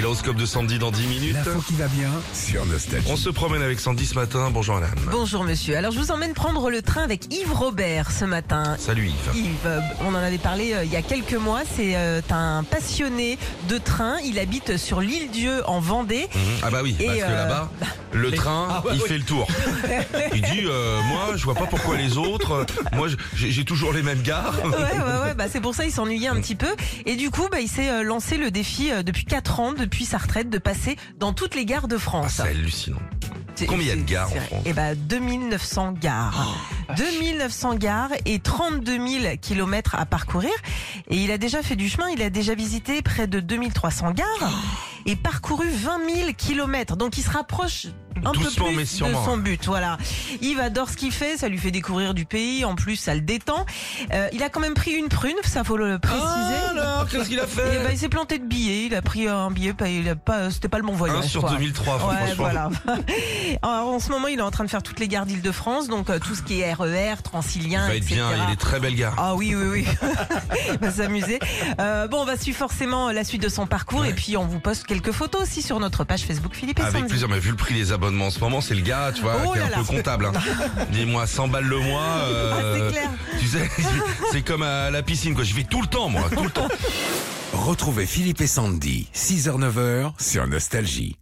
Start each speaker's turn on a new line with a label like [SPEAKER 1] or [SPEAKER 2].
[SPEAKER 1] l'horoscope de Sandy dans 10 minutes.
[SPEAKER 2] L'info qui va bien sur Nostalgie.
[SPEAKER 1] On se promène avec Sandy ce matin. Bonjour Alan.
[SPEAKER 3] Bonjour monsieur. Alors je vous emmène prendre le train avec Yves Robert ce matin.
[SPEAKER 1] Salut Yves.
[SPEAKER 3] Yves, euh, on en avait parlé euh, il y a quelques mois, c'est euh, un passionné de train, il habite sur l'île Dieu en Vendée.
[SPEAKER 1] Mhm. Ah bah oui,
[SPEAKER 3] Et,
[SPEAKER 1] parce que
[SPEAKER 3] euh, Ah
[SPEAKER 1] là-bas, le train,
[SPEAKER 3] bah
[SPEAKER 1] il fait le tour. il dit, euh, moi, je vois pas pourquoi les autres. euh, Moi, je- j'ai j'ai toujours les mêmes gares.
[SPEAKER 3] Ouais, ouais, ouais, bah, c'est pour ça il s'ennuyait un petit peu. Et du coup, bah, il s'est euh, lancé le défi euh, depuis 4 ans, depuis sa retraite, de passer dans toutes les gares de
[SPEAKER 1] Ah,
[SPEAKER 3] France.
[SPEAKER 1] c'est hallucinant.
[SPEAKER 3] C'est-
[SPEAKER 1] Combien il y a de
[SPEAKER 3] c'est-
[SPEAKER 1] gares
[SPEAKER 3] c'est
[SPEAKER 1] en
[SPEAKER 3] vrai.
[SPEAKER 1] France Oh,
[SPEAKER 3] Eh ben 2900 gares. 2900 gares et 32 000 kilomètres à parcourir. Et il a déjà fait du chemin, il a déjà visité près de 2300 gares
[SPEAKER 1] Oh.
[SPEAKER 3] et parcouru 20 000 kilomètres. Donc il se rapproche un
[SPEAKER 1] Doucement,
[SPEAKER 3] peu
[SPEAKER 1] mais
[SPEAKER 3] plus de
[SPEAKER 1] sûrement,
[SPEAKER 3] son
[SPEAKER 1] ouais.
[SPEAKER 3] but. Voilà. Yves adore ce qu'il fait, ça lui fait découvrir du pays, en plus ça le détend. Euh, il a quand même pris une prune, ça faut le préciser.
[SPEAKER 1] Ah, alors, qu'est-ce qu'il a
[SPEAKER 3] Eh ben,
[SPEAKER 1] fait
[SPEAKER 3] il s'est planté de billets, il a pris un billet, pas- il a pas, c'était pas le bon voyage.
[SPEAKER 1] 1 sur
[SPEAKER 3] quoi.
[SPEAKER 1] 2003,
[SPEAKER 3] Ouais,
[SPEAKER 1] franchement.
[SPEAKER 3] voilà. Alors, en ce moment, il est en train de faire toutes les gares d'Île-de-France, donc euh, tout ce qui est RER, Transilien,
[SPEAKER 1] Il va être
[SPEAKER 3] etc.
[SPEAKER 1] bien, il y a des très belles gares.
[SPEAKER 3] Ah oui, oui, oui. il va s'amuser. Euh, bon, on va suivre forcément la suite de son parcours et puis on vous poste quelques photos aussi sur notre page Facebook Philippe et
[SPEAKER 1] Avec
[SPEAKER 3] Sandy.
[SPEAKER 1] plaisir, mais vu le prix des abonnements en ce moment, c'est le gars, tu vois,
[SPEAKER 3] Oh
[SPEAKER 1] qui est
[SPEAKER 3] là
[SPEAKER 1] un
[SPEAKER 3] là.
[SPEAKER 1] peu comptable. hein. Dis-moi, 100 balles le mois. euh,
[SPEAKER 3] Ah, c'est clair.
[SPEAKER 1] Tu sais, c'est comme à la piscine, quoi. Je vais tout le temps, moi, tout le temps.
[SPEAKER 2] Retrouvez Philippe et Sandy, 6h-9h sur Nostalgie.